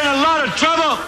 in a lot of trouble!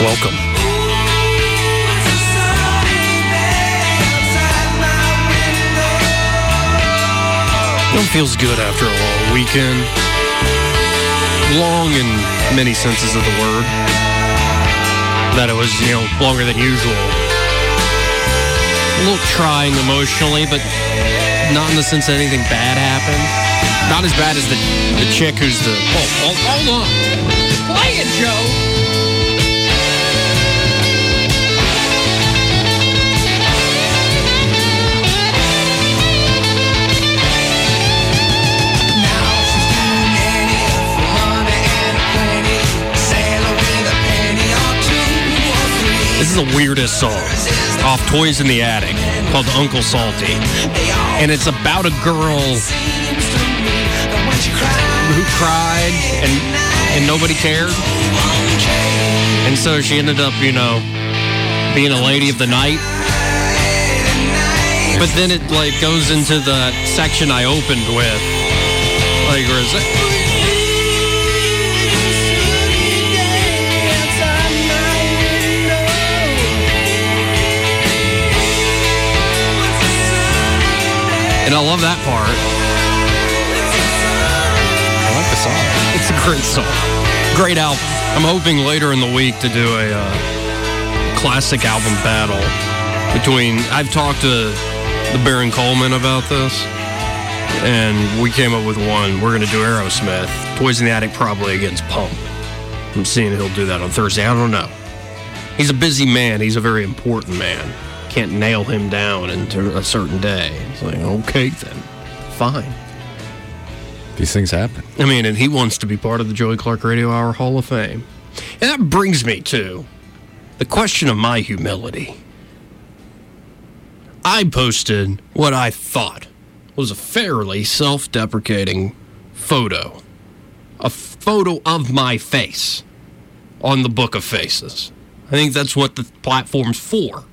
Welcome. It feels good after a long weekend. Long in many senses of the word. That it was, you know, longer than usual. A little trying emotionally, but not in the sense that anything bad happened. Not as bad as the, the chick who's the. Oh, oh, hold on. Play it, Joe. This is the weirdest song off Toys in the Attic called Uncle Salty. And it's about a girl who cried and, and nobody cared. And so she ended up, you know, being a lady of the night. But then it like goes into the section I opened with. Like, where is it? And I love that part. I like the song. It's a great song. Great album. I'm hoping later in the week to do a uh, classic album battle between. I've talked to the Baron Coleman about this, and we came up with one. We're going to do Aerosmith, Poison the Attic, probably against Pump. I'm seeing he'll do that on Thursday. I don't know. He's a busy man. He's a very important man can't nail him down into a certain day. It's like, okay, then, fine. These things happen. I mean, and he wants to be part of the Joey Clark Radio Hour Hall of Fame. And that brings me to the question of my humility. I posted what I thought was a fairly self deprecating photo, a photo of my face on the Book of Faces. I think that's what the platform's for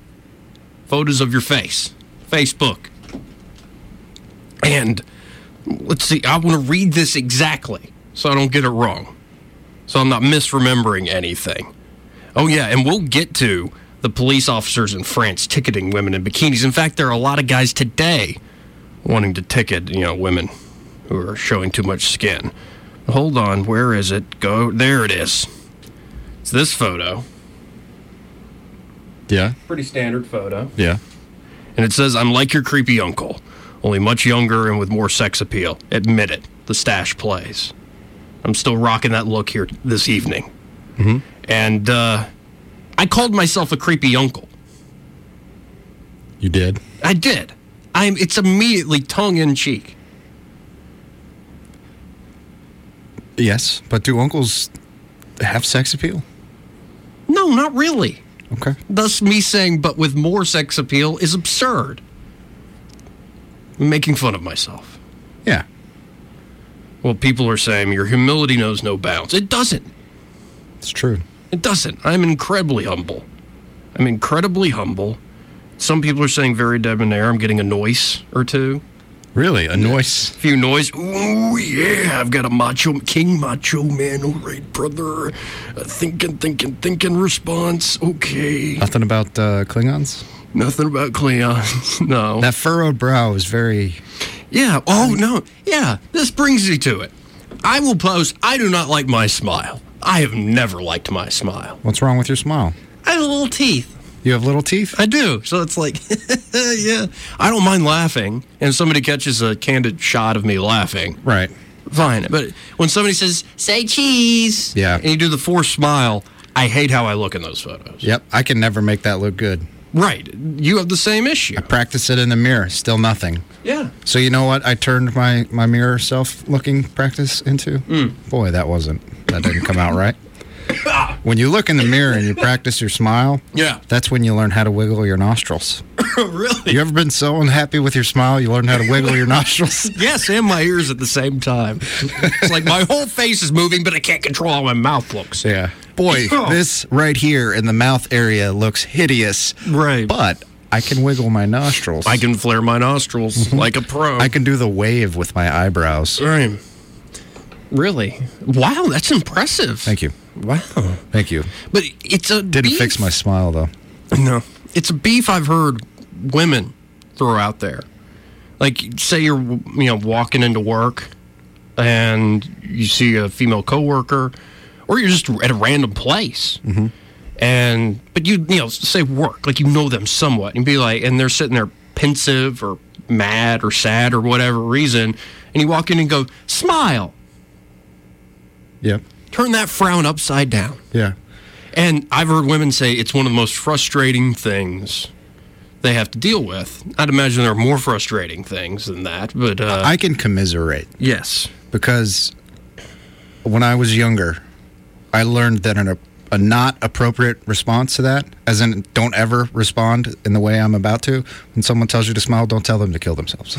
photos of your face, Facebook. And let's see, I want to read this exactly so I don't get it wrong, so I'm not misremembering anything. Oh, yeah, and we'll get to the police officers in France ticketing women in bikinis. In fact, there are a lot of guys today wanting to ticket, you know, women who are showing too much skin. Hold on, where is it? Go, there it is. It's this photo. Yeah. Pretty standard photo. Yeah. And it says, I'm like your creepy uncle, only much younger and with more sex appeal. Admit it. The stash plays. I'm still rocking that look here this evening. Mm-hmm. And uh, I called myself a creepy uncle. You did? I did. I'm. It's immediately tongue in cheek. Yes, but do uncles have sex appeal? No, not really. Okay. Thus, me saying, but with more sex appeal, is absurd. I'm making fun of myself. Yeah. Well, people are saying your humility knows no bounds. It doesn't. It's true. It doesn't. I'm incredibly humble. I'm incredibly humble. Some people are saying very debonair. I'm getting a noise or two. Really? A noise? A few noise. Ooh, yeah. I've got a macho, king macho man. All right, brother. A thinking, thinking, thinking response. Okay. Nothing about uh, Klingons? Nothing about Klingons. no. That furrowed brow is very. Yeah. Oh, no. Yeah. This brings me to it. I will post, I do not like my smile. I have never liked my smile. What's wrong with your smile? I have little teeth. You have little teeth? I do. So it's like, yeah. I don't mind laughing. And somebody catches a candid shot of me laughing. Right. fine. But when somebody says "say cheese," Yeah. and you do the forced smile, I hate how I look in those photos. Yep, I can never make that look good. Right, you have the same issue. Practice it in the mirror, still nothing. Yeah, So you know what? I turned my my mirror self looking practice into. Boy, that wasn't that didn't come out right. When you look in the mirror and you practice your smile, Yeah. that's when you learn how to wiggle your nostrils. really. You ever been so unhappy with your smile you learn how to wiggle your nostrils? Yes, and my ears at the same time. It's like my whole face is moving, but I can't control how my mouth looks. Yeah. Oh. Boy, this right here in the mouth area looks hideous. Right. But I can wiggle my nostrils. I can flare my nostrils like a pro. Mm-hmm. I can do the wave with my eyebrows. Right. Really? Wow, that's impressive. Thank you. Wow. Thank you. But it's a Didn't beef. fix my smile though. No. It's a beef I've heard women throw out there. Like, say you're, you know, walking into work and you see a female coworker, or you're just at a random place. And, but you, you know, say work, like you know them somewhat, and be like, and they're sitting there pensive or mad or sad or whatever reason, and you walk in and go, smile, Yep. turn that frown upside down. Yeah. And I've heard women say it's one of the most frustrating things they have to deal with. I'd imagine there are more frustrating things than that, but uh, I can commiserate yes, because when I was younger, I learned that an, a not appropriate response to that, as in don't ever respond in the way I'm about to. When someone tells you to smile, don't tell them to kill themselves.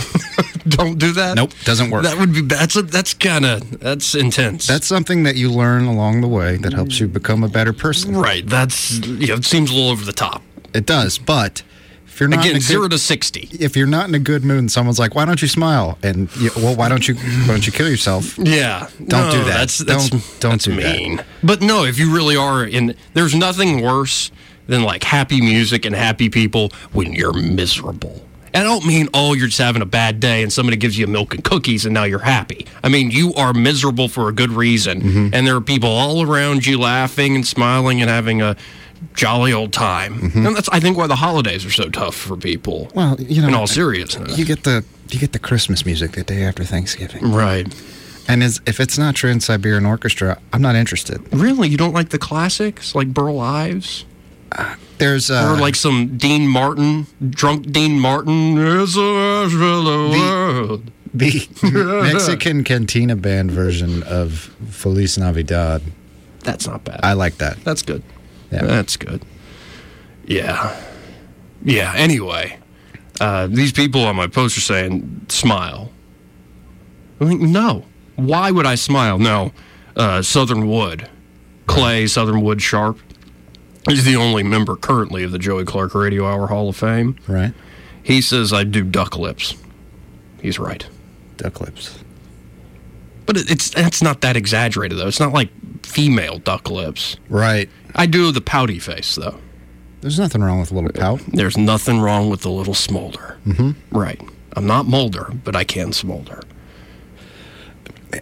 don't do that. Nope, doesn't work. That would be that's a, that's kind of that's intense. That's something that you learn along the way that helps you become a better person. right. That's you know, it seems a little over the top. It does, but if you're not in Again, a zero good, to sixty. if you're not in a good mood, and someone's like, "Why don't you smile?" and you, well, why don't you why don't you kill yourself? Yeah, Don't do No, that. That's, that's Don't- don't that's do that. mean. But no, if you really are in, there's nothing worse than like happy music and happy people when you're miserable. And I don't mean oh you're just having a bad day and somebody gives you milk and cookies and now you're happy. I mean you are miserable for a good reason, Mm-hmm. and there are people all around you laughing and smiling and having a jolly old time. And that's I think why the holidays are so tough for people. Mm-hmm. Well, you know, in all seriousness, You get the you get the Christmas music the day after Thanksgiving, right? and is, if it's not Trans Siberian Orchestra, I'm not interested. Really, you don't like the classics like Burl Ives? There's uh, or like some Dean Martin, drunk Dean Martin. It's a Asheville world. the Mexican cantina band version of Feliz Navidad. That's not bad. I like that. That's good. Yeah. That's good. Yeah. Yeah. Anyway, uh, these people on my post are saying smile. I'm like, no. Why would I smile? No. Uh, Southern Wood, Clay, Southern Wood Sharp. He's the only member currently of the Joey Clark Radio Hour Hall of Fame. Right, He says I do duck lips. He's right. duck lips. But it- it's that's not that exaggerated though. It's not like female duck lips. Right. I do the pouty face though. There's nothing wrong with a little pout. There's nothing wrong with the little smolder. Mm-hmm. Right. I'm not Molder, but I can smolder.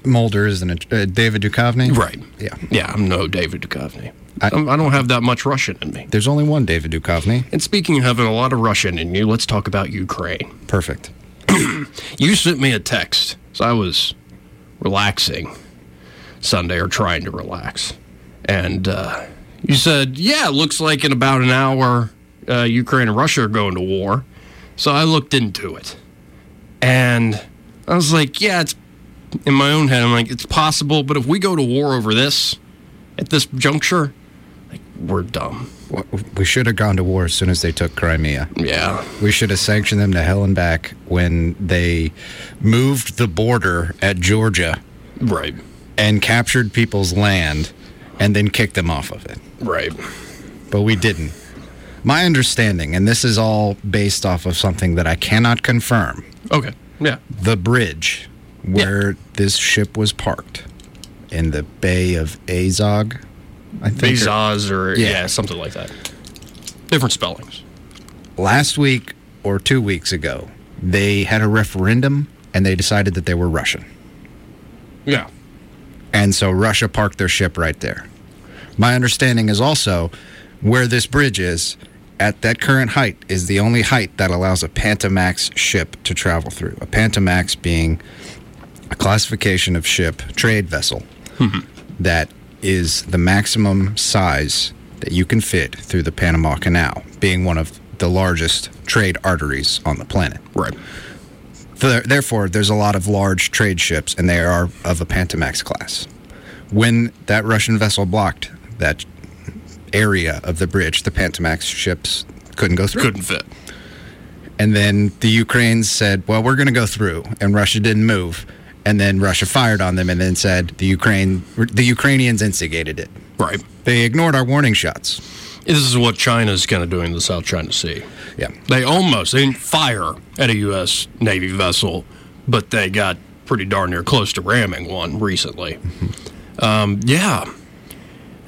Mulder isn't it? Uh, David Duchovny. Right. Yeah. Yeah. I'm no David Duchovny. I, I- I don't have that much Russian in me. There's only one David Duchovny. And speaking of having a lot of Russian in you, let's talk about Ukraine. Perfect. You sent me a text. So I was relaxing Sunday or trying to relax. And uh, you said, yeah, it looks like in about an hour, uh, Ukraine and Russia are going to war. So I looked into it. And I was like, yeah, it's in my own head. I'm like, it's possible. But if we go to war over this at this juncture, like, we're dumb. Wha- We should have gone to war as soon as they took Crimea. Yeah. We should have sanctioned them to hell and back when they moved the border at Georgia Right. and captured people's land and then kicked them off of it. Right. But we didn't. My understanding, and this is all based off of something that I cannot confirm Okay. Yeah. the bridge where this ship was parked in the Bay of Azog. I think. or- Bezos or yeah. Yeah. something like that. Different spellings. last week or two weeks ago, they had a referendum and they decided that they were Russian. Yeah. And so Russia parked their ship right there. My understanding is also where this bridge is at that current height is the only height that allows a Pantamax ship to travel through. A Pantamax being a classification of ship, trade vessel, that is the maximum size that you can fit through the Panama Canal, being one of the largest trade arteries on the planet. Right. Th- Therefore, there's a lot of large trade ships, and they are of a Pantomax class. When that Russian vessel blocked that area of the bridge, the Pantomax ships couldn't go through. Couldn't fit. And then the Ukraines said, well, we're going to go through. And Russia didn't move. And then Russia fired on them and then said the Ukraine, the Ukrainians instigated it. Right. They ignored our warning shots. This is what China's kind of doing in the South China Sea. Yeah. They almost they didn't fire at a U.S. Navy vessel, but they got pretty darn near close to ramming one recently. Um, yeah,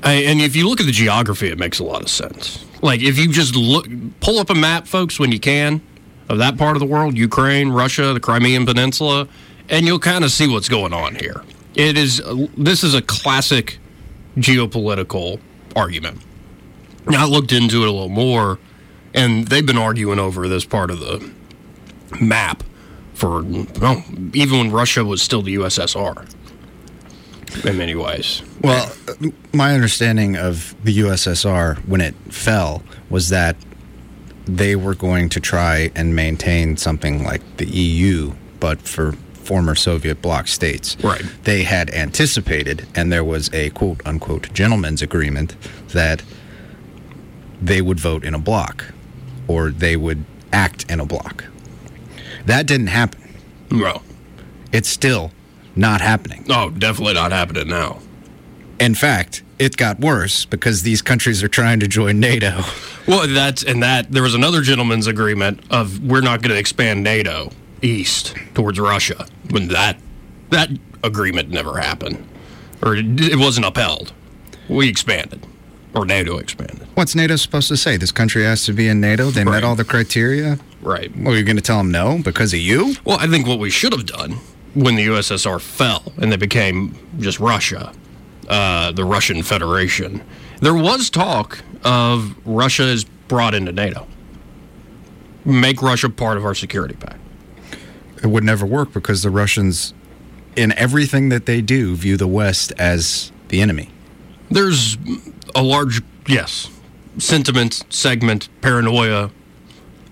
I, and if you look at the geography, it makes a lot of sense. Like if you just look, pull up a map, folks, when you can, of that part of the world, Ukraine, Russia, the Crimean Peninsula, and you'll kind of see what's going on here. It is this is a classic geopolitical argument. Now, I looked into it a little more, and they've been arguing over this part of the map for well, even when Russia was still the USSR. In many ways, Well, uh, my understanding of the USSR when it fell was that they were going to try and maintain something like the EU, but for former Soviet bloc states. Right. They had anticipated, and there was a quote unquote gentleman's agreement that they would vote in a block or they would act in a block. That didn't happen. well, It's still not happening. oh, definitely not happening now. In fact, it got worse because these countries are trying to join NATO. Well, that's and that there was another gentleman's agreement of we're not going to expand NATO east towards Russia. When that that agreement never happened, or it, it wasn't upheld, we expanded, or NATO expanded. What's NATO supposed to say? This country has to be in NATO. They Right. met all the criteria. Right. Well, you're going to tell them no because of you? Well, I think what we should have done when the USSR fell and they became just Russia, uh, the Russian Federation, there was talk of Russia is brought into NATO. Make Russia part of our security pact. It would never work because the Russians, in everything that they do, view the West as the enemy. There's a large, yes, sentiment, segment, paranoia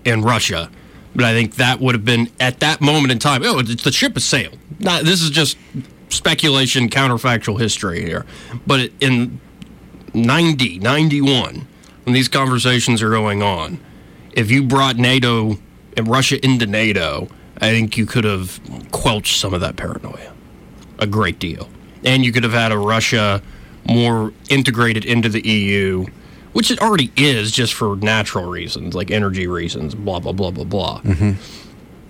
in Russia. But I think that would have been at that moment in time. Oh, it's, the ship has sailed. Not, this is just speculation, counterfactual history here. But it, in 90, 91, when these conversations are going on, if you brought NATO and Russia into NATO, I think you could have quelched some of that paranoia a great deal. And you could have had a Russia more integrated into the EU, which it already is just for natural reasons, like energy reasons, blah, blah, blah, blah, blah.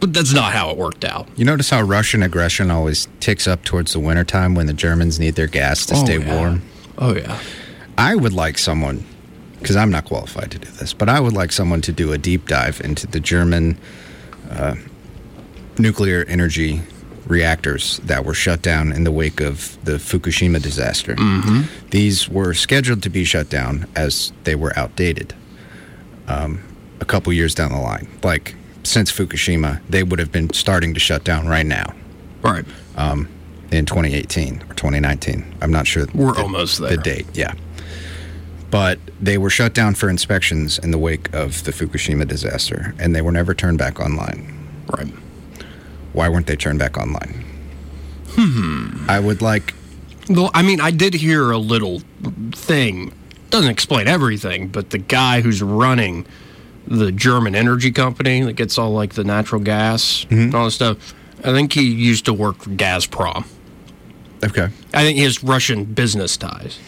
But that's not how it worked out. You notice how Russian aggression always ticks up towards the wintertime when the Germans need their gas to stay warm? Oh, yeah. I would like someone, because I'm not qualified to do this, but I would like someone to do a deep dive into the German uh, nuclear energy reactors that were shut down in the wake of the Fukushima disaster. These were scheduled to be shut down as they were outdated um, a couple years down the line. Like, since Fukushima, they would have been starting to shut down right now Right. in 2018 or 2019. I'm not sure. We're almost there. The date, yeah. But they were shut down for inspections in the wake of the Fukushima disaster, and they were never turned back online. Right. Why weren't they turned back online? Hmm. I would like. Though, I mean, I did hear a little thing. Doesn't explain everything, but the guy who's running the German energy company that gets all like the natural gas Mm-hmm. and all this stuff, I think he used to work for Gazprom. Okay. I think his Russian business ties.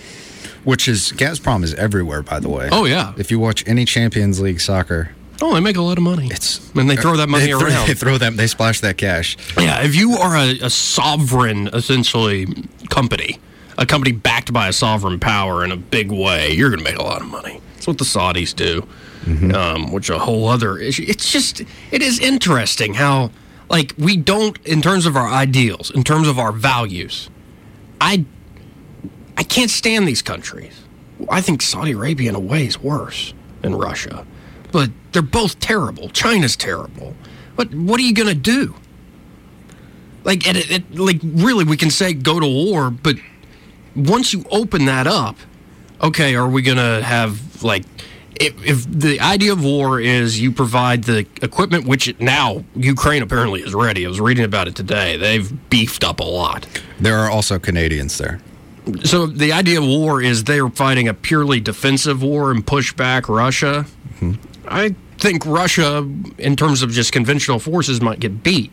Which is Gazprom is everywhere, by the way. Oh, yeah. If you watch any Champions League soccer, Oh, they make a lot of money. it's and they throw that money they throw- around. They throw them. They splash that cash. yeah, if you are a, a sovereign, essentially company, a company backed by a sovereign power in a big way, you're going to make a lot of money. That's what the Saudis do, um, which a whole other issue. It's just it is interesting how like we don't in terms of our ideals, in terms of our values. I I can't stand these countries. I think Saudi Arabia in a way is worse than Russia, but they're both terrible. China's terrible. But what are you going to do? Like, and it, it, like really, we can say go to war, but once you open that up, okay, are we gonna have like? If, if the idea of war is you provide the equipment, which now Ukraine apparently is ready, I was reading about it today. They've beefed up a lot. There are also Canadians there. So the idea of war is they are fighting a purely defensive war and push back Russia. Mm-hmm. I think Russia, in terms of just conventional forces, might get beat.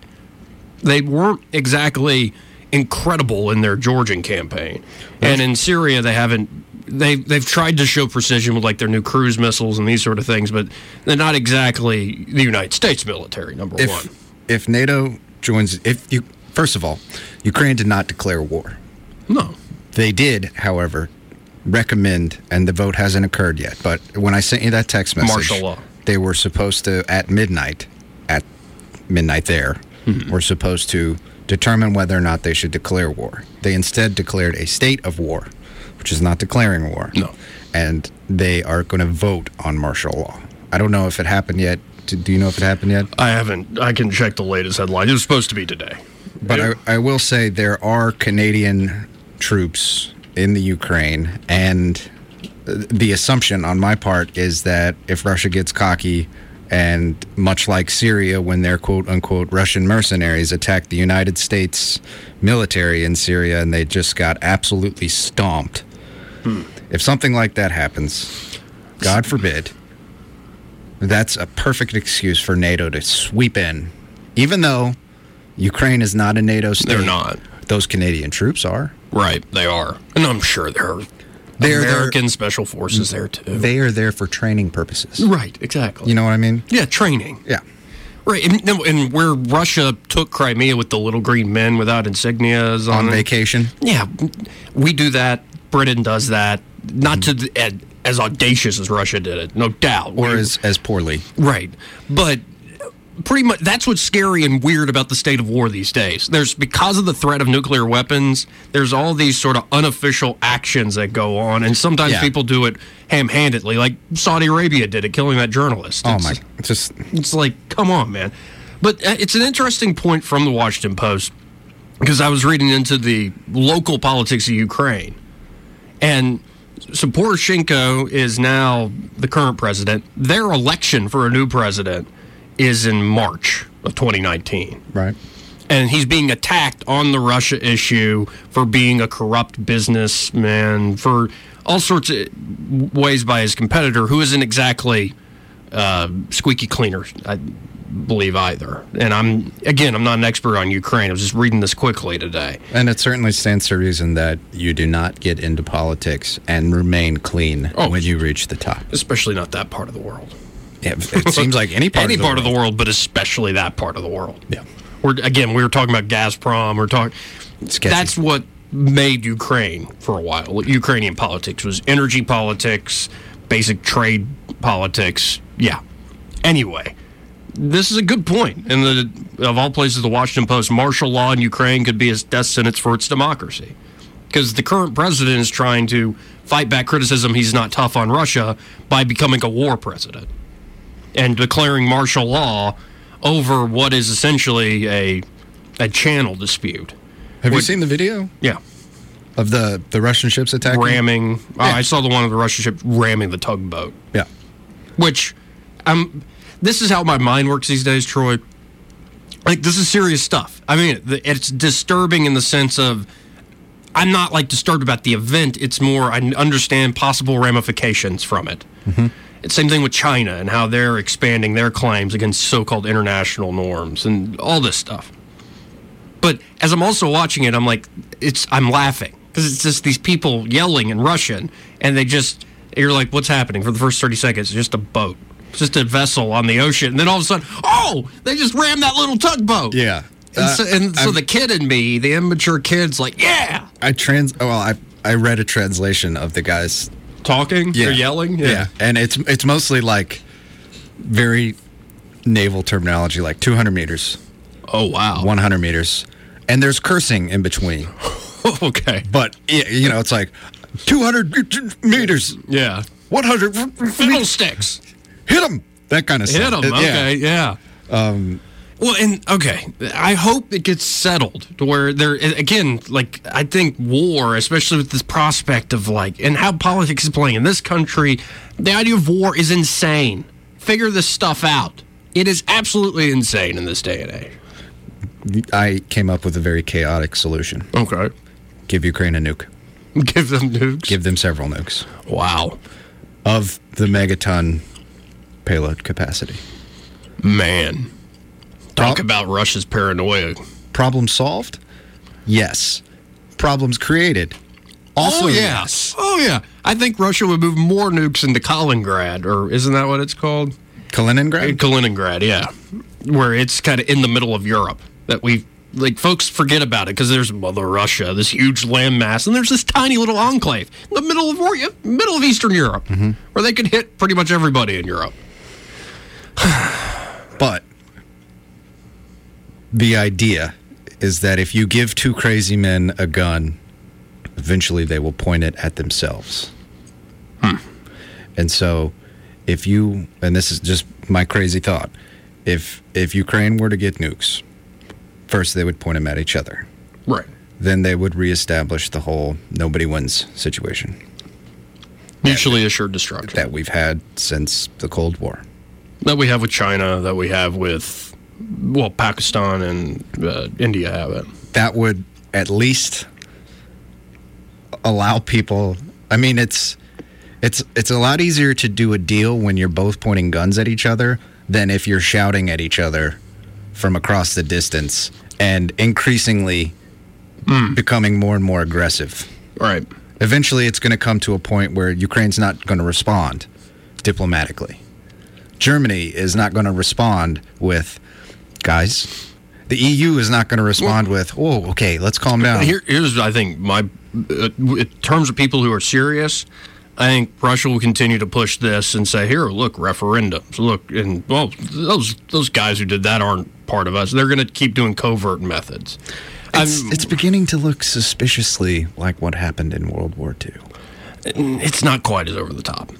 They weren't exactly incredible in their Georgian campaign, and in Syria they haven't. They they've tried to show precision with like their new cruise missiles and these sort of things, but they're not exactly the United States military. Number one, If if NATO joins, if you first of all, Ukraine did not declare war. no, They did, however, recommend, and the vote hasn't occurred yet. But when I sent you that text message, Martial law. they were supposed to at midnight, at midnight there, Hmm. were supposed to determine whether or not they should declare war. They instead declared a state of war, which is not declaring war. No. and they are going to vote on martial law. I don't know if it happened yet. Do- Do you know if it happened yet? I haven't. I can check the latest headline. It was supposed to be today. But I, I will say there are Canadian troops in the Ukraine, and the assumption on my part is that if Russia gets cocky, and much like Syria, when their quote unquote Russian mercenaries attacked the United States military in Syria and they just got absolutely stomped, if something like that happens, God forbid, that's a perfect excuse for NATO to sweep in, even though Ukraine is not a NATO state. They're not. Those Canadian troops are. Right, they are, and I'm sure there are They're there- American special forces there too. They are there for training purposes. right, exactly. You know what I mean? yeah, training. Yeah. Right, and, no, and where Russia took Crimea with the little green men without insignias on, On them. vacation. Yeah, we do that. Britain does that. Not to the, as- as audacious as Russia did it, no doubt. Or We- as, as poorly. Right. But pretty much that's what's scary and weird about the state of war these days. There's because of the threat of nuclear weapons, there's all these sort of unofficial actions that go on and sometimes Yeah. people do it ham-handedly like Saudi Arabia did it killing that journalist. Oh It's- my! Just it's like, come on, man. But uh, it's an interesting point from the Washington Post because I was reading into the local politics of Ukraine. And so Poroshenko is now the current president. Their election for a new president is in March of 2019 right. and he's being attacked on the Russia issue for being a corrupt businessman, for all sorts of ways by his competitor, who isn't exactly uh, squeaky cleaner, I believe either. And I'm again, I'm not an expert on Ukraine. I was just reading this quickly today. And it certainly stands to reason that you do not get into politics and remain clean Oh. when you reach the top. Especially not that part of the world. Yeah, it seems like any part any of the part world. of the world, but especially that part of the world. Yeah. We're again, we were talking about Gazprom. We're talking. Sketchy. That's what made Ukraine for a while. Ukrainian politics was energy politics, basic trade politics. Yeah. Anyway, this is a good point. And the of all places, the Washington Post: martial law in Ukraine could be a death sentence for its democracy. Because the current president is trying to fight back criticism he's not tough on Russia by becoming a war president and declaring martial law over what is essentially a a channel dispute. Have you Would- seen the video Yeah, of the the Russian ships attacking? ramming. Oh, I saw the one of the Russian ship ramming the tugboat, Yeah. which I'm. This is how my mind works these days, Troy. Like this is serious stuff. I mean, it- it's disturbing in the sense of I'm not like disturbed about the event. It's more I understand possible ramifications from it. Mm-hmm. It's same thing with China and how they're expanding their claims against so-called international norms and all this stuff. But as I'm also watching it, I'm like, it's I'm laughing because it's just these people yelling in Russian, and they just you're like, what's happening for the first 30 seconds? It's just a boat, it's just a vessel on the ocean, and then all of a sudden, oh, they just rammed that little tugboat. Yeah. And Uh, so, and so I'm- the kid in me, the immature kid's like, yeah, I trans. Well, I I read a translation of the guy's talking or yelling, Yeah. and it's it's mostly like very naval terminology, like 200 meters, Oh wow. 100 meters, and there's cursing in between. okay. But y- you know, it's like 200 meters, Yeah. 100 Fiddlesticks. hit him, that kind of Hit stuff. Uh, him. It- yeah. Okay. Yeah. Um, Well, and okay, I hope it gets settled to where there again, like I think war, especially with this prospect of like and how politics is playing in this country, the idea of war is insane. Figure this stuff out. It is absolutely insane in this day and age. I came up with a very chaotic solution. Okay, Give Ukraine a nuke. give them nukes. Give them several nukes wow, of the megaton payload capacity. man, talk Prob- about Russia's paranoia. Problem solved? Yes. Problems created? Also oh yeah, yes. oh yeah. I think Russia would move more nukes into Kaliningrad, or isn't that what it's called? In Kaliningrad? Kaliningrad, yeah, where it's kind of in the middle of Europe that we like. Folks forget about it because there's Mother Russia, this huge landmass, and there's this tiny little enclave in the middle of Ro- middle of Eastern Europe, where they could hit pretty much everybody in Europe. But the idea is that if you give two crazy men a gun, eventually they will point it at themselves. Hmm. And so if you and this is just my crazy thought, if if Ukraine were to get nukes, first they would point them at each other. Right. Then they would reestablish the whole nobody wins situation Mutually assured destruction that we've had since the Cold War. that we have with China, that we have with well Pakistan and uh, India have it. that would at least allow people i mean it's it's it's a lot easier to do a deal when you're both pointing guns at each other than if you're shouting at each other from across the distance and increasingly becoming more and more aggressive Right. eventually it's going to come to a point where Ukraine's not going to respond diplomatically. Germany is not going to respond with, guys, the EU is not going to respond with, oh, okay, let's calm down. Here, here's I think my uh, in terms of people who are serious. I think Russia will continue to push this and say, "Here, look, referendums. Look, and well, those those guys who did that aren't part of us. They're going to keep doing covert methods." it's, I'm- it's beginning to look suspiciously like what happened in World War II. It's not quite as over the top.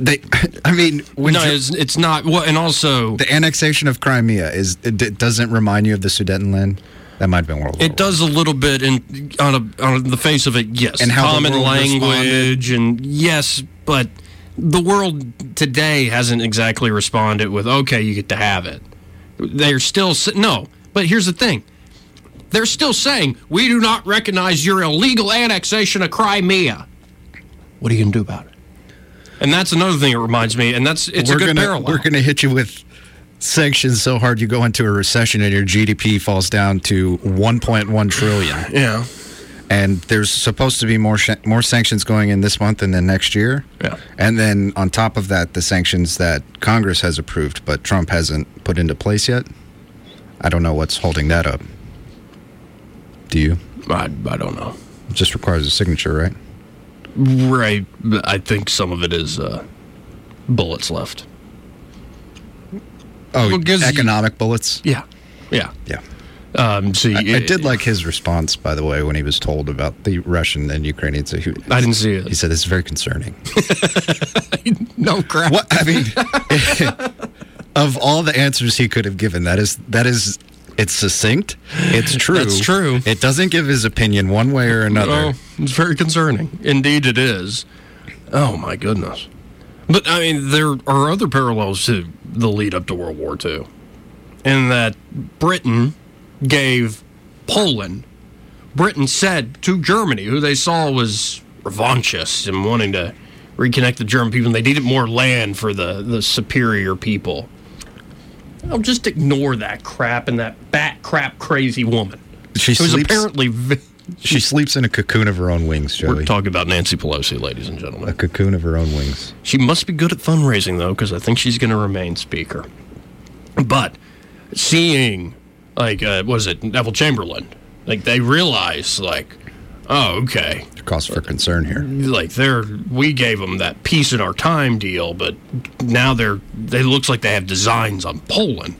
They, I mean, when No, Ger- it's, it's not. Well, and also, the annexation of Crimea is it, it doesn't remind you of the Sudetenland. That might have been World War. It does a little bit in on a, on the face of it, yes. And how the common world language and yes, but the world today hasn't exactly responded with okay, you get to have it. They're still s- no, but here's the thing. They're still saying we do not recognize your illegal annexation of Crimea. What are you going to do about it? And that's another thing it reminds me, and that's it's we're a good gonna, parallel. We're gonna hit you with sanctions so hard you go into a recession and your GDP falls down to 1.1 trillion. yeah, And there's supposed to be more sh- more sanctions going in this month and then next year. Yeah. And then on top of that, the sanctions that Congress has approved but Trump hasn't put into place yet. I don't know what's holding that up. Do you? I, I don't know. It just requires a signature, right? Right. but I think some of it is uh, bullets left. Oh, Well, gives you- economic bullets. Yeah. Yeah. Yeah. Um, see, I, I did like his response, by the way, when he was told about the Russian and Ukrainian. So he, I didn't see He it. said, "This is very concerning." No crap. what I mean, of all the answers he could have given, that is that is it's succinct. It's true. That's true. It doesn't give his opinion one way or another. Oh, it's very concerning. Indeed, it is. Oh my goodness. But I mean, there are other parallels to the lead up to World War II, in that Britain gave Poland. Britain said to Germany, who they saw was revanchist and wanting to reconnect the German people, and they needed more land for the, the superior people. Oh, just ignore that crap and that bat crap crazy woman. She Who's sleeps. apparently ve- she sleeps in a cocoon of her own wings, we're Joey. talking about Nancy Pelosi, ladies and a gentlemen. cocoon of her own wings. She must be good at fundraising, though, because I think she's going to remain Speaker. But seeing, like, uh, what is it, Neville Chamberlain? Like, they realize, like, oh, okay, Cause for concern here. like they're we gave them that peace in our time deal, but now they're they looks like they have designs on Poland.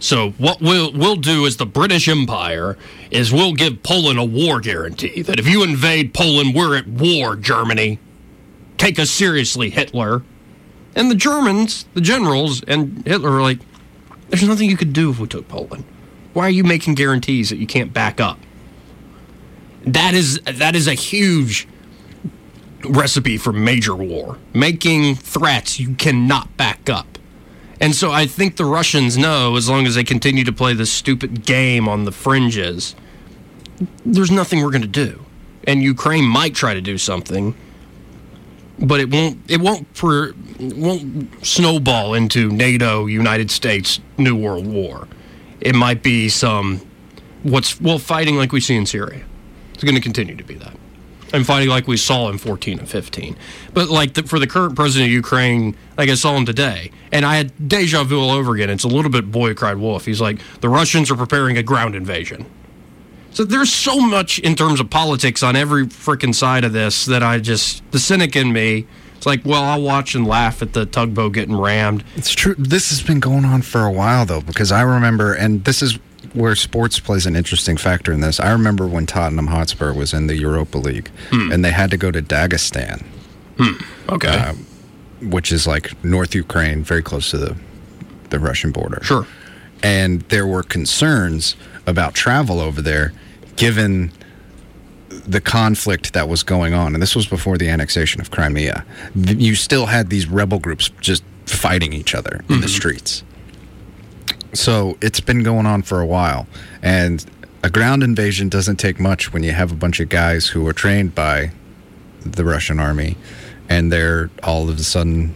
So what we'll we'll do as the British Empire is we'll give Poland a war guarantee that if you invade Poland, we're at war. Germany, take us seriously, Hitler. And the Germans, the generals, and Hitler are like, there's nothing you could do if we took Poland. Why are you making guarantees that you can't back up? That is that is a huge recipe for major war. Making threats you cannot back up. And so I think the Russians know as long as they continue to play this stupid game on the fringes, there's nothing we're going to do. And Ukraine might try to do something, but it won't it won't per, it won't snowball into NATO United States New World War. It might be some what's well fighting like we see in Syria. It's going to continue to be that. And fighting like we saw in 14 and 15. But like the, for the current president of Ukraine, like I saw him today, and I had deja vu all over again. It's a little bit boy cried wolf. He's like, the Russians are preparing a ground invasion. So there's so much in terms of politics on every freaking side of this that I just the cynic in me. It's like, well, I'll watch and laugh at the tugboat getting rammed. It's true. This has been going on for a while though, because I remember, and this is where sports plays an interesting factor in this. I remember when Tottenham Hotspur was in the Europa League, Hmm. and they had to go to Dagestan, Okay, which is like North Ukraine, very close to the the Russian border. sure. and there were concerns about travel over there given the conflict that was going on and this was before the annexation of Crimea Th- you still had these rebel groups just fighting each other in the streets so it's been going on for a while and a ground invasion doesn't take much when you have a bunch of guys who are trained by the Russian army and they're all of a sudden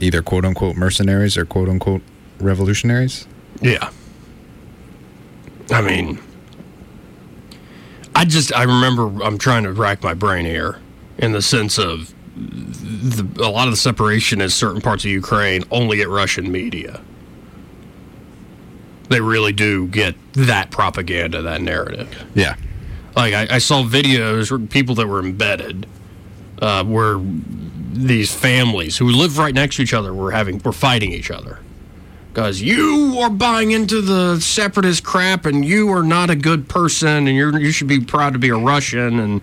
either quote unquote mercenaries or quote unquote revolutionaries Yeah. I mean, I just I remember I'm trying to rack my brain here in the sense of the, a lot of the separation is certain parts of Ukraine only get Russian media. They really do get that propaganda, that narrative. yeah like I, I saw videos where people that were embedded uh, were these families who live right next to each other were having were fighting each other because you are buying into the separatist crap and you are not a good person and you're you should be proud to be a Russian and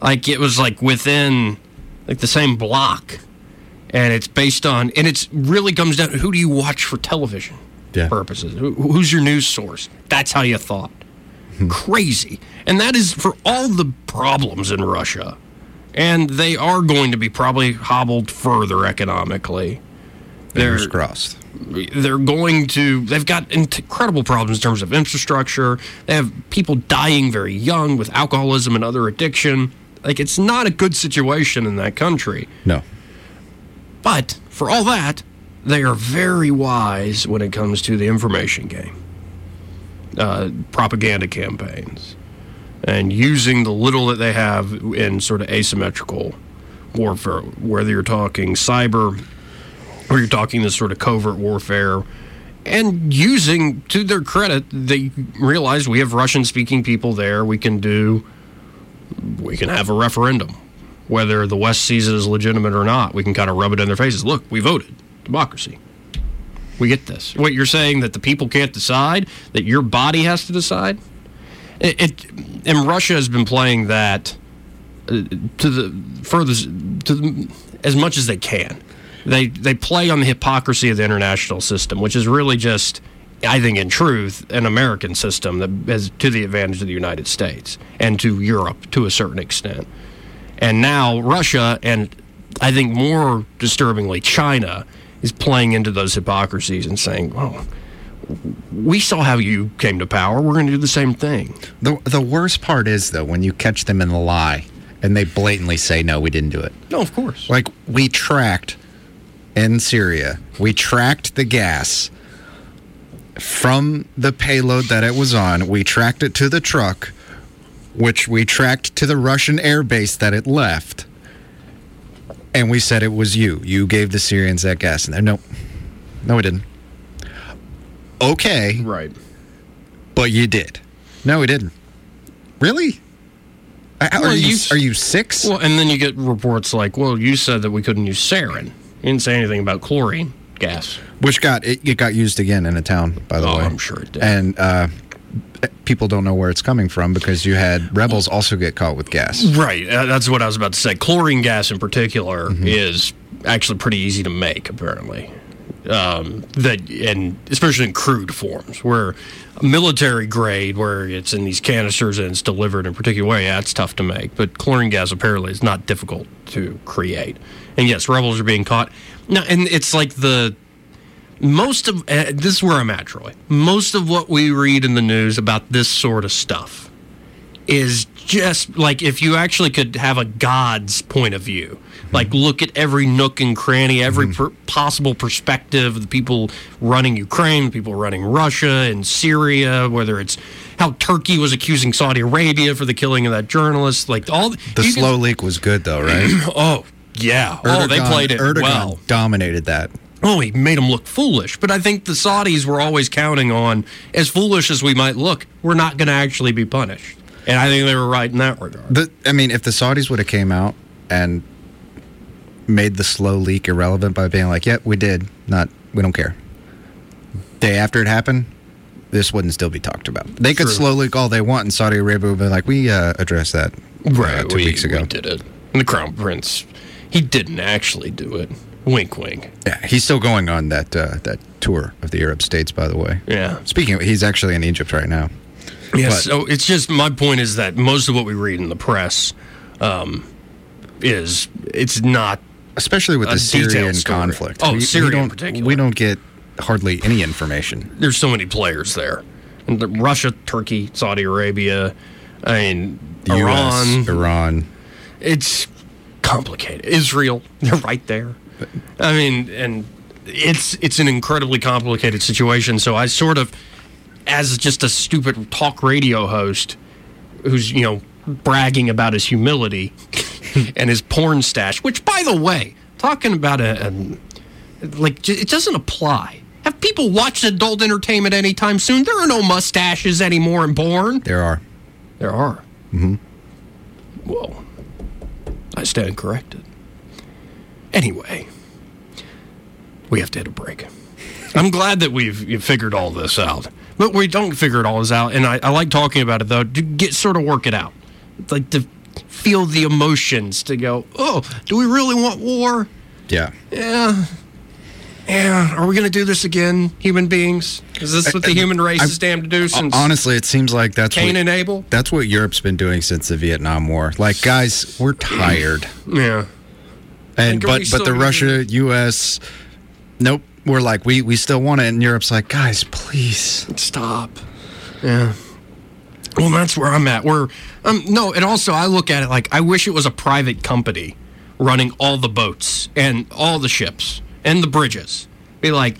like it was like within like the same block and it's based on and it's really comes down to who do you watch for television Yeah. purposes who, who's your news source that's how you thought crazy. And that is for all the problems in Russia. And they are going to be probably hobbled further economically. They're, Fingers crossed. they're going to, they've got incredible problems in terms of infrastructure. They have people dying very young with alcoholism and other addiction. Like, it's not a good situation in that country. No. But for all that, they are very wise when it comes to the information game, uh, propaganda campaigns, and using the little that they have in sort of asymmetrical warfare, whether you're talking cyber or you're talking this sort of covert warfare. And using to their credit, they realize we have Russian speaking people there. We can do, we can have a referendum whether the West sees it as legitimate or not. We can kind of rub it in their faces. Look, we voted. Democracy. We get this. What you're saying that the people can't decide, that your body has to decide? It, it and Russia has been playing that uh, to the furthest to the, as much as they can. They they play on the hypocrisy of the international system, which is really just I think in truth an American system that is to the advantage of the United States and to Europe to a certain extent and now Russia and I think more disturbingly China is playing into those hypocrisies and saying, "Well, we saw how you came to power. We're going to do the same thing." The the worst part is though when you catch them in the lie and they blatantly say no, we didn't do it. No, of course. Like we tracked in Syria, we tracked the gas from the payload that it was on. We tracked it to the truck, which we tracked to the Russian airbase that it left. And we said it was you. You gave the Syrians that gas in there. No. No, we didn't. Okay. Right. But you did. No, we didn't. Really? I- Are, Well, you you, s- are you six? Well, and then you get reports like, "Well, you said that we couldn't use sarin. You didn't say anything about chlorine gas." Which got it, it got used again in a town, by the Oh, way. I'm sure it did. And uh, people don't know where it's coming from because you had rebels also get caught with gas. Right. Uh, that's what I was Mm-hmm. about to say. Chlorine gas in particular is actually pretty easy to make, apparently. um, that, and especially in crude forms, where military grade, where it's in these canisters and it's delivered in a particular way, yeah, it's tough to make. But chlorine gas apparently is not difficult to create. And yes, rebels are being caught. No, and it's like the most of uh, this is where I'm at, Troy. Most of what we read in the news about this sort of stuff is just like if you actually could have a god's point of view Mm-hmm. like look at every nook and cranny every per- possible perspective the people running ukraine the people running russia and syria whether it's how turkey was accusing saudi arabia for the killing of that journalist like all The you can- slow leak was good though, right? oh yeah oh they Erdogan- played it Erdogan well Dominated that. oh, he made them look foolish. But I think the Saudis were always counting on, as foolish as we might look, we're not going to actually be punished. And I think they were right in that regard. The, I mean, if the Saudis would have came out and made the slow leak irrelevant by being like, "Yep, we did. Not, we don't care." Day after it happened, this wouldn't still be talked about. They could True. slow leak all they want, and Saudi Arabia would be like, "We uh, addressed that uh, two we, weeks ago." we did it. And the crown prince, he didn't actually do it. Wink, wink. Yeah, he's still going on that uh, that tour of the Arab states, by the way. Yeah. Speaking, of, he's actually in Egypt right now. Yeah, But- so it's just my point is that most of what we read in the press um, is it's not especially with a the Syrian detailed story. conflict. Oh, Syria in don't, particular. We don't get hardly any information. there's so many players there. And the- Russia, Turkey, Saudi Arabia, I mean, The Iran, US, Iran. it's complicated. Israel, they're right there. I mean, and it's it's an incredibly complicated situation. So I sort of, as just a stupid talk radio host, who's you know bragging about his humility and his porn stash, which by the way, talking about a, a like j- it doesn't apply. Have people watched adult entertainment anytime soon? There are no mustaches anymore in porn. There are. There are. Mm-hmm. Well, I stand corrected. Anyway, we have to hit a break. I'm glad that we've you've figured all this out, but we don't figure it all this out, and I, I like talking about it though to get sort of work it out, like to feel the emotions to go. Oh, do we really want war? Yeah. Yeah. Yeah, are we going to do this again, human beings? Is this what the human race I- is damned to do since Honestly, it seems like that's Cain what, and Abel? that's what Europe's been doing since the Vietnam War. Like, guys, we're tired. Yeah. And Like, are we but still but the gonna- Russia, U.S. Nope. We're like we we still want it, and Europe's like, guys, please. stop. Yeah. Well, that's where I'm at. Where um no, and also I look at it like I wish it was a private company running all the boats and all the ships and the bridges. Be like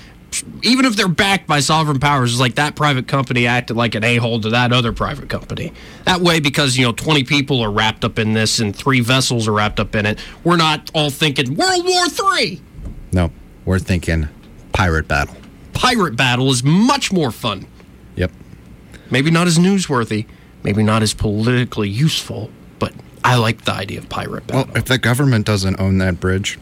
even if they're backed by sovereign powers, it's like that private company acted like an a-hole to that other private company. That way, because you know, twenty people are wrapped up in this and three vessels are wrapped up in it, we're not all thinking World War Three. Nope. We're thinking pirate battle. Pirate battle is much more fun. Yep. Maybe not as newsworthy, maybe not as politically useful, but I like the idea of pirate Well, battle. if the government doesn't own that bridge,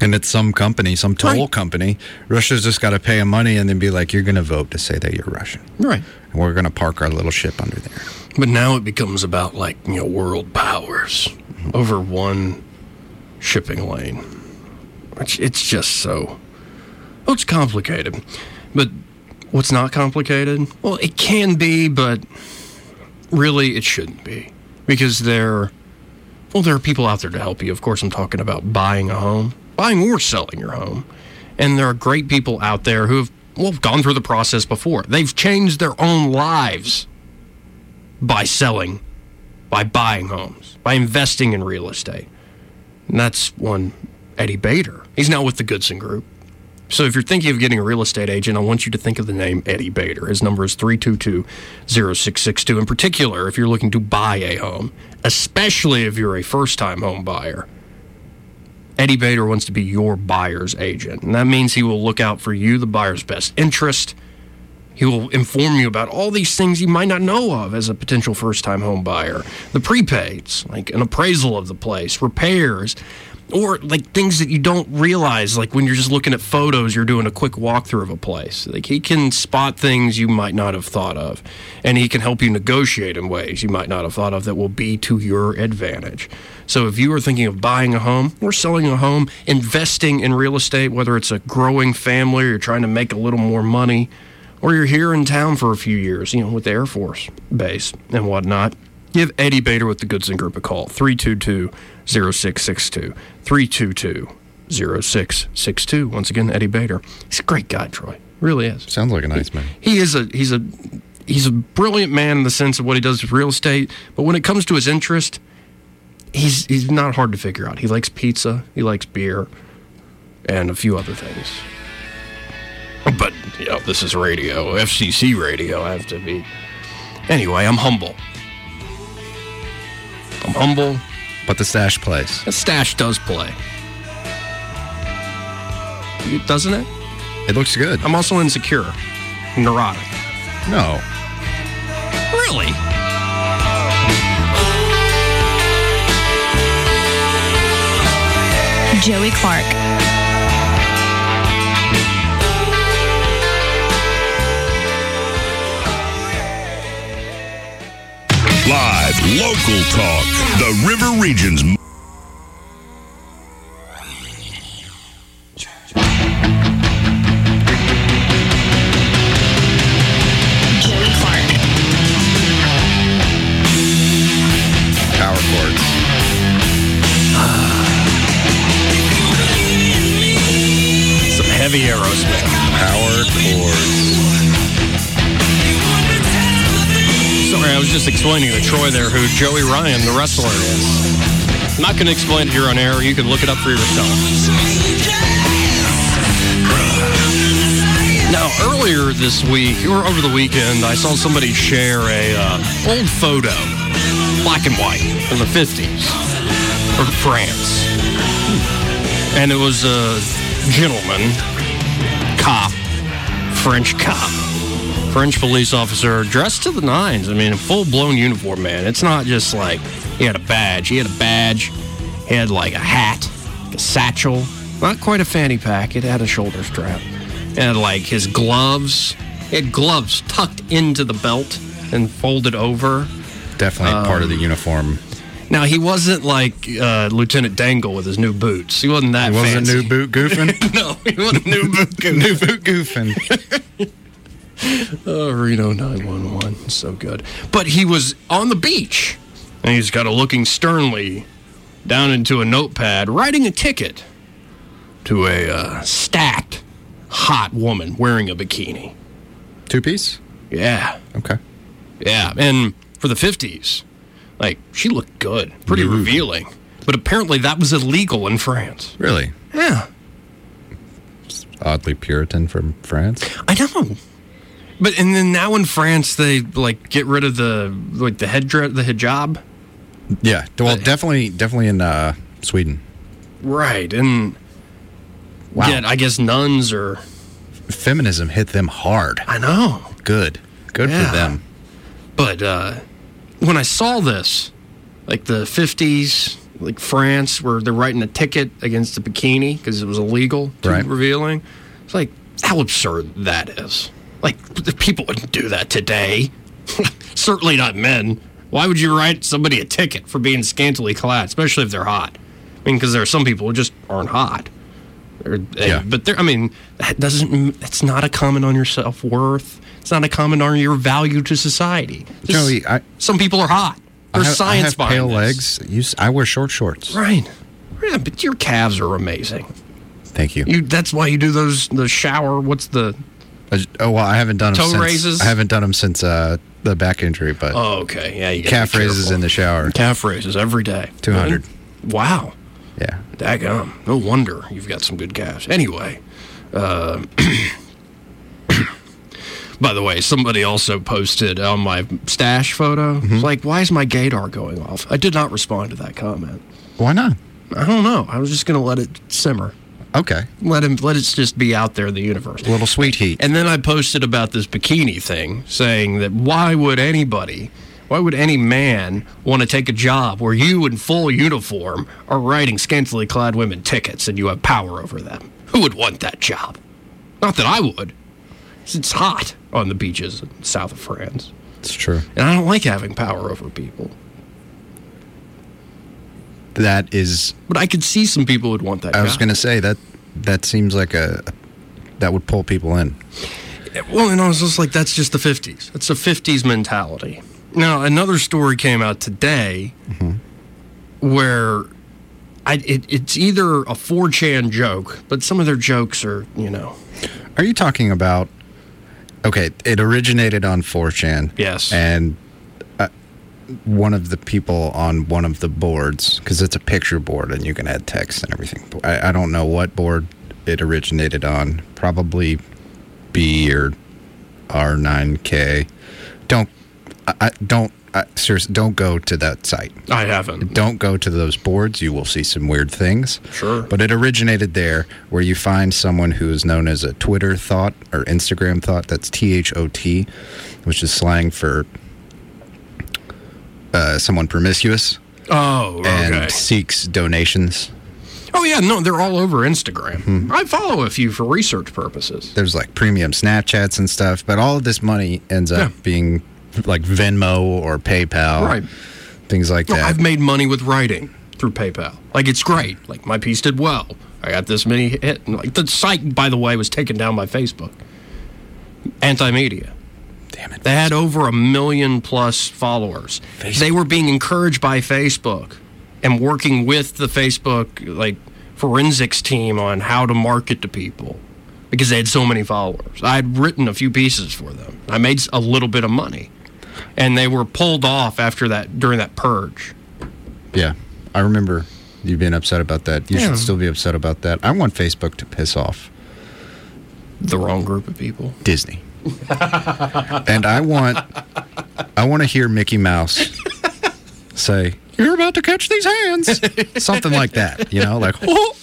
and it's some company, some toll Right. company, Russia's just got to pay them money and then be like, "You're going to vote to say that you're Russian, right. and we're going to park our little ship under there." But now it becomes about like, you know, world powers over one shipping lane. Which it's just so well, it's complicated. But what's not complicated? Well, it can be, but really it shouldn't be. Because there well, there are people out there to help you. Of course I'm talking about buying a home. Buying or selling your home. And there are great people out there who have well gone through the process before. They've changed their own lives by selling, by buying homes, by investing in real estate. And that's one Eddie Bader. He's now with the Goodson Group. So if you're thinking of getting a real estate agent, I want you to think of the name Eddie Bader. His number is 322-0662. In particular, if you're looking to buy a home, especially if you're a first-time home buyer, Eddie Bader wants to be your buyer's agent. And that means he will look out for you, the buyer's best interest, He will inform you about all these things you might not know of as a potential first time home buyer. The prepaids, like an appraisal of the place, repairs, or like things that you don't realize, like when you're just looking at photos, you're doing a quick walkthrough of a place. Like he can spot things you might not have thought of, and he can help you negotiate in ways you might not have thought of that will be to your advantage. So if you are thinking of buying a home or selling a home, investing in real estate, whether it's a growing family or you're trying to make a little more money, or you're here in town for a few years, you know, with the Air Force base and whatnot, give Eddie Bader with the Goodson Group a call 322 0662. 322 0662. Once again, Eddie Bader. He's a great guy, Troy. Really is Sounds like a nice man. he is a he's a he's a brilliant man in the sense of what he does with real estate but when it comes to his interest he's he's not hard to figure out he likes pizza he likes beer and a few other things but you know this is radio fcc radio i have to be anyway i'm humble i'm humble But the stash place, the stash does play You- doesn't it it looks good. i'm also insecure neurotic No, Really? Joey Clark. Live local talk. The River Region's. m- Joey Clark. power cords. Some heavy Aerosmith. Power cords. Sorry, I was just explaining to Troy there who Joey Ryan, the wrestler, is. I'm not going to explain it here on air. You can look it up for yourself. Now, earlier this week, or over the weekend, I saw somebody share a uh, old photo, black and white, from the 50s, from France. And it was a gentleman, cop, French cop. French police officer dressed to the nines. I mean, a full blown uniform, man. It's not just like he had a badge. He had a badge. He had like a hat, a satchel. Not quite a fanny pack. It had a shoulder strap. And like his gloves. He had gloves tucked into the belt and folded over. Definitely part Um, of the uniform. Now he wasn't like uh, Lieutenant Dangle with his new boots. He wasn't that It wasn't fancy. new boot goofing. no, he wasn't new boot. new boot goofing. Oh, Reno 911. So good. But he was on the beach. And he's got a looking sternly down into a notepad, writing a ticket to a uh, stacked, hot woman wearing a bikini. Two piece. Yeah. Okay. Yeah. And for the 50s, like, she looked good, pretty revealing. But apparently that was illegal in France. Really Yeah. oddly Puritan from France. I know. But and then now in France they like get rid of the like the headdress the hijab. Yeah. Well, Uh, definitely, definitely in uh, Sweden. Right, and Wow. yeah, I guess nuns are. Feminism hit them hard. I know, Good. Good Yeah. for them. but uh, when I saw this, like the '50s, like France, where they're writing a ticket against the bikini because it was illegal, too Right. revealing. It's like how absurd that is. Like the people wouldn't do that today. Certainly not men. Why would you write somebody a ticket for being scantily clad, especially if they're hot? I mean, because there are some people who just aren't hot. Or, Yeah. But there, I mean, that doesn't. That's not a comment on your self worth. It's not a comment on your value to society. Just- Joey, I- some people are hot. I There's have, I science have behind pale this. legs. You, s- I wear short shorts. Right. Yeah, but your calves are amazing. Thank you. You. That's why you do those. The shower. What's the? I j- oh well, I haven't done 'em Toe since. raises? I haven't done them since uh, the back injury, but Oh, okay. Yeah. You gotta calf be raises careful. in the shower. Calf raises every day. 200. Wow. Yeah. Daggum. No wonder you've got some good calves. Anyway, uh, by the way, somebody also posted on my stash photo, Mm-hmm. like, why is my gaydar going off? I did not respond to that comment. Why not? I don't know. I was just going to let it simmer. Okay. Let him. Let it just be out there in the universe. A little sweet heat. And then I posted about this bikini thing, saying that why would anybody, why would any man want to take a job where you in full uniform are writing scantily clad women tickets and you have power over them? Who would want that job? Not that I would. 'cause It's hot on the beaches south of France. It's true. And I don't like having power over people. That is. But I could see some people would want that I was job. going to say that. That seems like a. That would pull people in. Well, and I was just like, that's just the 50s. That's the 50s mentality. Now, another story came out today where I, it, it's either a 4chan joke, but some of their jokes are, you know, Are you talking about? Okay, it originated on 4chan. Yes. And uh, one of the people on one of the boards, because it's a picture board and you can add text and everything. I, I don't know what board it originated on. Probably B or R9K. Don't. I, I don't. I, seriously, don't go to that site. I haven't. Don't go to those boards. You will see some weird things. Sure. But it originated there where you find someone who is known as a Twitter thought or Instagram thought. That's T H O T, which is slang for uh, someone promiscuous Oh, and okay. seeks donations. Oh, yeah, no, they're all over Instagram. I follow a few for research purposes. There's like premium Snapchats and stuff, but all of this money ends up Yeah. being like Venmo or PayPal, Right. Things like No, that. I've made money with writing through PayPal. Like, it's great. Like, my piece did well. I got this many hit. and, Like, the site, by the way, was taken down by Facebook. Anti-media. Damn it. They had over a million plus followers. They were being encouraged by Facebook and working with the Facebook like forensics team on how to market to people because they had so many followers. I had written a few pieces for them. I made s- a little bit of money. And they were pulled off after that during that purge. Yeah, I remember you being upset about that. You Yeah. should still be upset about that. I want Facebook to piss off The wrong group of people. Disney, and I want I want to hear Mickey Mouse say, "You're about to catch these hands," something like that. You know, like, "Oh."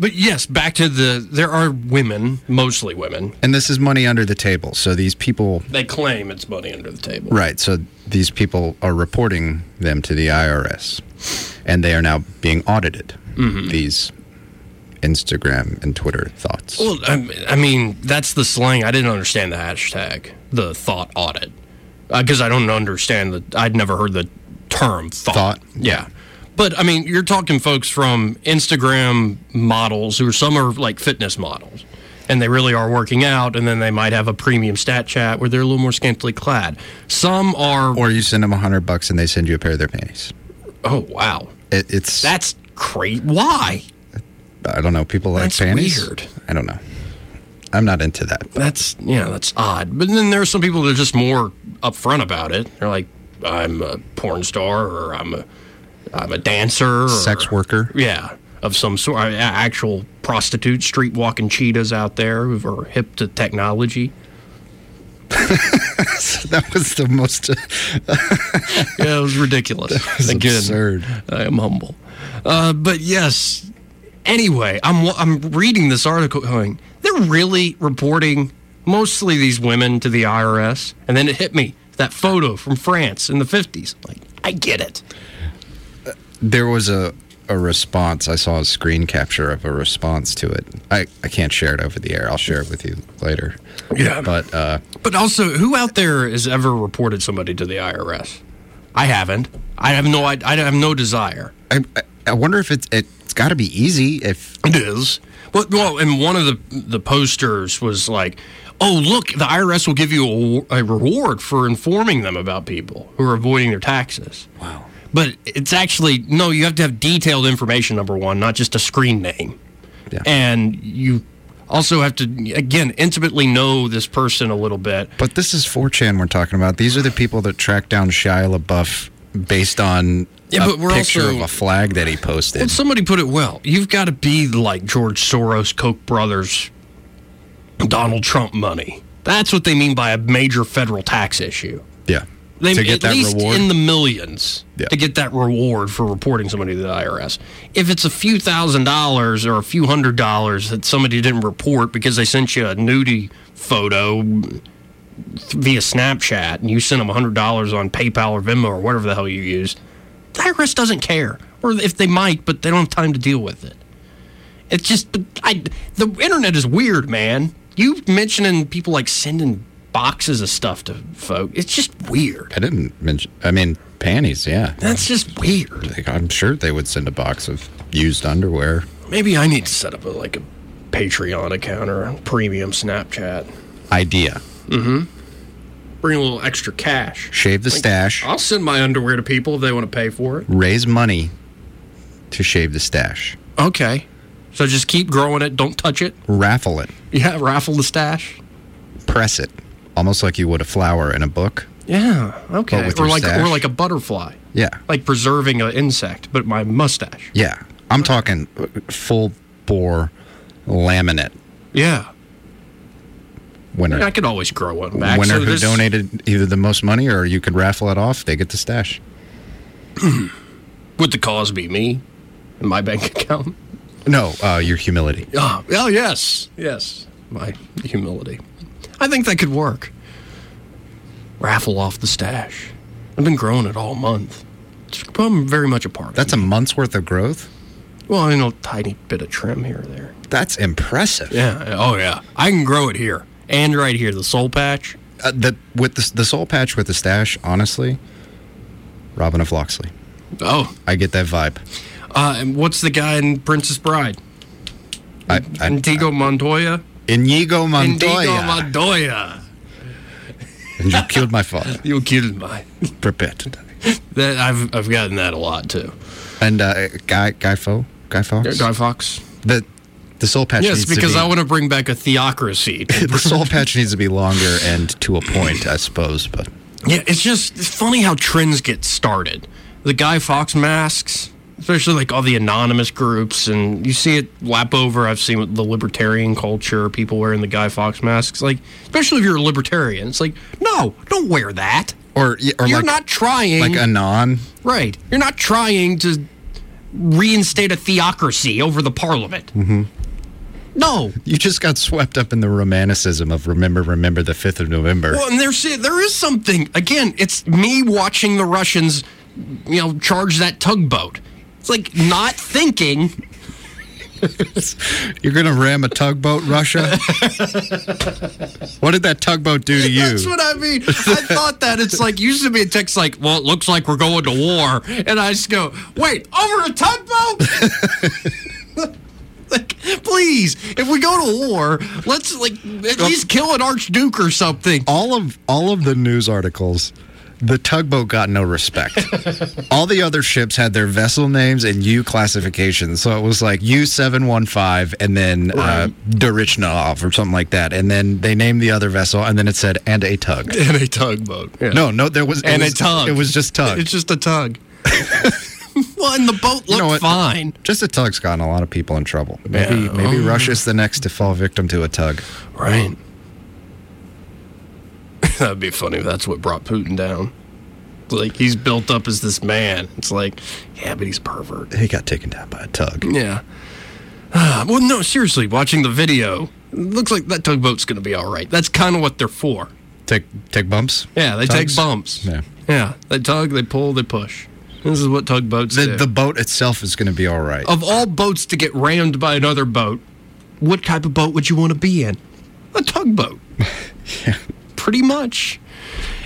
But yes, back to the there are women, mostly women. and this is money under the table. So these people, They claim it's money under the table. right? So these people are reporting them to the IRS, and they are now being audited. Mm-hmm. These Instagram and Twitter thoughts. Well, I, I mean, that's the slang. I didn't understand the hashtag, the thought audit, because I don't understand the. I'd never heard the term thought. Thought? Yeah. But I mean, you're talking folks from Instagram models who are some are like fitness models and they really are working out and then they might have a premium stat chat where they're a little more scantily clad. Some are Or you send them a hundred bucks and they send you a pair of their panties. oh wow. It, it's That's great. Why? I don't know. People like That's panties. weird. I don't know. I'm not into that. that's yeah, that's odd. But then there are some people that are just more upfront about it. They're like, I'm a porn star, or I'm a, I'm a dancer, or, Sex worker. yeah, of some sort. I- I- Actual prostitute, street walking cheetahs out there who are hip to technology. That was the most Yeah, it was ridiculous. Again, absurd. I am humble. Uh, but yes. Anyway, I'm wa- I'm reading this article going. They're really reporting mostly these women to the IRS, and then it hit me that photo from France in the 50s. Like, I get it. There was a a response. I saw a screen capture of a response to it. I I can't share it over the air. I'll share it with you later. Yeah, But uh, but also, who out there has ever reported somebody to the IRS? I haven't. I have no. I, I have no desire. I I- I wonder if it's it's got to be easy. If It is. Well, well, and one of the the posters was like, "Oh, look, the IRS will give you a, a reward for informing them about people who are avoiding their taxes." Wow. But it's actually no. You have to have detailed information. Number one, not just a screen name. Yeah. And you also have to again intimately know this person a little bit. but this is 4chan we're talking about. These are the people that track down Shia LaBeouf based on Yeah, a but we're picture also- of a flag that he posted. Well, somebody put it well. You've got to be like George Soros, Koch brothers, Donald Trump money. That's what they mean by a major federal tax issue. yeah. They, to get at that least reward? in the millions Yeah. to get that reward for reporting somebody to the IRS. If it's a few thousand dollars or a few hundred dollars that somebody didn't report because they sent you a nudie photo via Snapchat and you sent them hundred dollars on PayPal or Venmo or whatever the hell you use, the IRS doesn't care, or if they might, but they don't have time to deal with it. It's just but I, the internet is weird, man. You mentioning people like sending boxes of stuff to folk, it's just weird. I didn't mention. I mean, panties. Yeah, That's just weird. Like, I'm sure they would send a box of used underwear. Maybe I need to set up a, like a Patreon account or a premium Snapchat. Idea. Bring a little extra cash. Shave the stash. I'll send my underwear to people if they want to pay for it. Raise money to shave the stash. Okay. So just keep growing it. Don't touch it. Raffle it. Yeah, raffle the stash. Press it. Almost like you would a flower in a book. Yeah. Okay. But with or your like stash? or like a butterfly. Yeah. Like preserving an insect, but my mustache. Yeah. I'm talking uh, full bore laminate Yeah. winner. I could always grow one back. Winner So who this- donated either the most money or you could raffle it off, they get the stash. Would the cause be me and my bank account? No, uh, your humility. Ah, oh, yes, yes. My humility. I think that could work. Raffle off the stash. I've been growing it all month. It's become very much a part. of That's a month's worth of growth. it. well, I mean, a tiny bit of trim here or there. That's impressive. Yeah. Oh yeah. I can grow it here and right here. The soul patch. Uh, the with the, the soul patch with the stash, honestly, Robin of Loxley. Oh, I get that vibe. uh, and what's the guy in Princess Bride? I, I, Antigo Montoya. Inigo Montoya. Antigo Montoya. and you killed my father. You killed my. Prepare to die. That I've I've gotten that a lot too. And uh, Guy Guy Fo Guy Fox. Guy Fox. the the soul patch. Yes, needs to because be- I want to bring back a theocracy. the soul patch needs to be longer and to a point, I suppose. But yeah, it's just it's funny how trends get started. The Guy Fox masks, especially like all the anonymous groups, and you see it lap over. I've seen with the libertarian culture, people wearing the Guy Fox masks. Like, especially if you're a libertarian, it's like, no, don't wear that. or yeah, or you're like not trying. like anon. Right. You're not trying to reinstate a theocracy over the parliament. Mm-hmm. No. You just got swept up in the romanticism of remember, remember the fifth of November. Well, and there's there is something. Again, it's me watching the Russians, you know, charge that tugboat. It's like not thinking. You're gonna ram a tugboat, Russia. what did that tugboat do to you? That's what I mean. I thought that it's like used to be a text like, well, it looks like we're going to war, and I just go, wait, over a tugboat. Like, please, if we go to war, let's like at least kill an archduke or something. all of all of the news articles the tugboat got no respect all the other ships had their vessel names and u classifications so it was like u715 and then uh, Derichnov or something like that and then they named the other vessel and then it said and a tug And a tugboat. Yeah. no no there was it and was, a tug. it was just tug It's just a tug. well, and the boat looked You know what? fine. just a tug's gotten a lot of people in trouble maybe Yeah. Oh. maybe russia's the next to fall victim to a tug Right. That'd be funny if that's what brought Putin down. Like he's built up as this man. It's like, yeah, but he's a pervert. he got taken down by a tug Yeah. Ah, well, no, seriously. Watching the video, it looks like that tugboat's gonna be all right. That's kind of what they're for. take take bumps Yeah, they Tugs? take bumps. Yeah. Yeah, they tug, they pull, they push. This is what tugboats the, do. the boat itself is going to be all right of all boats to get rammed by another boat, what type of boat would you want to be in? A tugboat. Pretty much.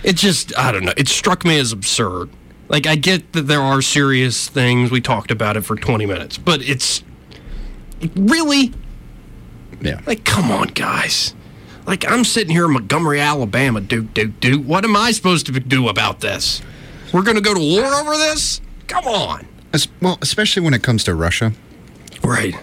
It just, I don't know. It struck me as absurd. Like, I get that there are serious things. We talked about it for 20 minutes, but it's really yeah like, come on, guys. Like, I'm sitting here in Montgomery, Alabama, dude, dude, dude. What am I supposed to do about this? We're going to go to war over this? Come on. As- well especially when it comes to russia uh, Right.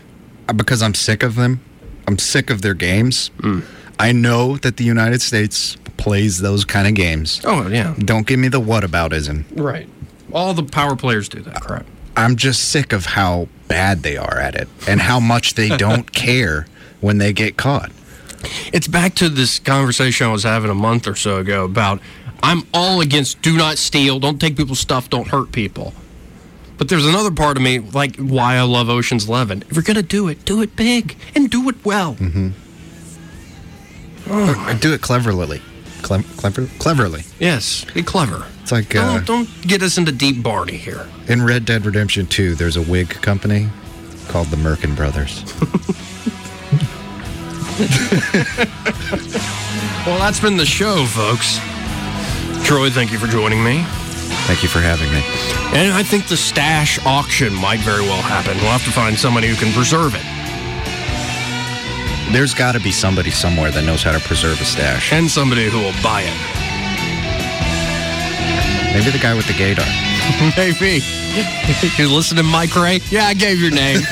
because I'm sick of them. I'm sick of their games. Mm. I know that the United States plays those kind of games. Oh, yeah. Don't give me the whataboutism. Right. All the power players do that crap. I'm just sick of how bad they are at it and how much they don't care when they get caught. It's back to this conversation I was having a month or so ago about I'm all against do not steal, don't take people's stuff, don't hurt people. But there's another part of me, like why I love Ocean's Eleven. If you're gonna do it, do it big and do it well. Mm-hmm. Or do it cleverly. Clem- clever, cleverly. Yes, be clever. It's like, don't, uh, don't get us into deep Barney here. In Red Dead Redemption 2, there's a wig company called the Merkin Brothers. Well, that's been the show, folks. Troy, thank you for joining me. Thank you for having me. And I think the stash auction might very well happen. We'll have to find somebody who can preserve it. There's got to be somebody somewhere that knows how to preserve a stash. and somebody who will buy it. Maybe the guy with the gaydar. Maybe. you listening, Mike Ray? Yeah, I gave your name.